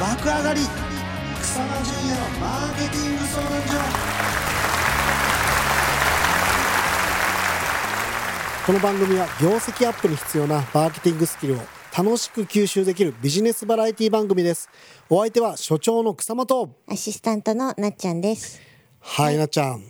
爆上がり草間淳也のマーケティング相談所この番組は業績アップに必要なマーケティングスキルを楽しく吸収できるビジネスバラエティ番組ですお相手は所長の草間とアシスタントのなっちゃんです。はい、なっちゃん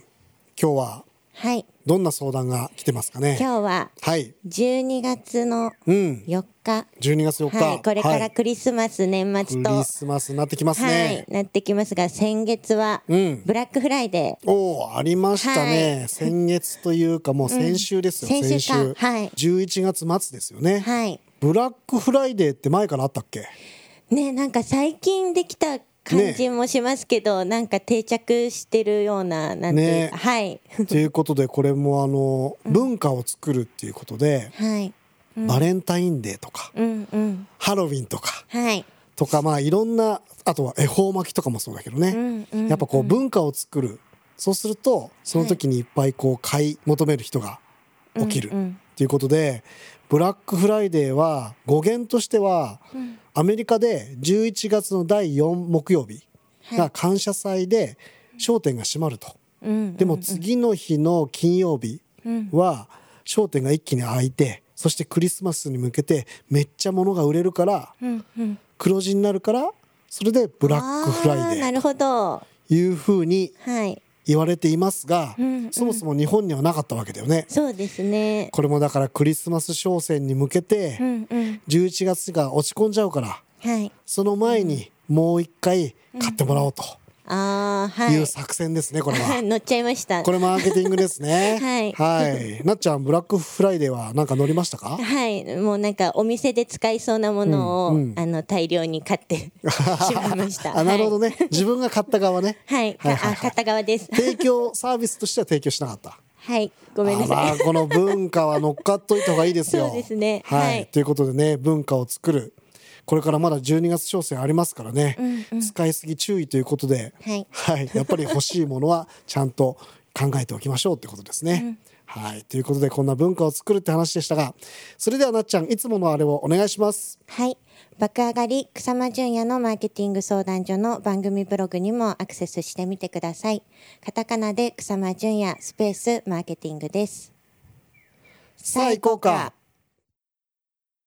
今日ははい。どんな相談が来てますかね今日ははい12月のうん4日。 12月4日、はい。これからはいクリスマス、年末と、クはリスマスになってきますいね、、なってきますが、先月は、うんブラックフライデおおありましたね、先月というかもう先週ですよ、うん先週かはい11月末ですよね、ー。はい。ブラックフライデーって前からあったっけね、なんか最近できた感じもしますけど、なんか定着してるような、なんていうねか、はい。 ということでこれもあの文化を作るっていうことで、はい。バレンタインデーとかうんうん。ハロウィンとかはい。とかまあいろんなあとは恵方巻きとかもそうだけどね、うんうんやっぱこう文化を作るそうするとその時にいっぱいこう買い求める人が起きるうんうんっていうことでブラックフライデーは語源としてはアメリカで11月の第4木曜日が感謝祭で商店が閉まると。うん。でも次の日の金曜日は商店が一気に開いてそしてクリスマスに向けてめっちゃ物が売れるからうんうん。黒字になるからそれでブラックフライあーデなーるほど。というふうにはい。言われていますが、うんうんそもそも日本にはなかったわけだよね。そうですね。これもだからクリスマス商戦に向けてうんうん。 11月が落ち込んじゃうからはい。その前にもう一回買ってもらおうとああ、はいい。う作戦ですねこれは。 乗っちゃいました。これマーケティングですね。 はいいなっちゃんブラックフライデーはなんか乗りましたか？はい、もうなんかお店で使いそうなものを、あの大量に買って しまいまし た。あなるほどね。自分が買った側ね。はい。はい、かあ、片側です。提供サービスとしては提供しなかった。はい、ごめんなあさらこの文化は乗っかっといた方がいいですよ。そうですねはい。はいということでね、文化を作る。これからまだ12月商戦ありますからね、使いすぎ注意ということで、はいやっぱり欲しいものはちゃんと考えておきましょうってことですね。はい。ということで、こんな文化を作るって話でしたが、それではなっちゃん、いつものあれをお願いします。い。はい。爆上がり草間淳也のマーケティング相談所の番組ブログにもアクセスしてみてください。カタカナで草間淳也スペースマーケティングです。さあ行こうか。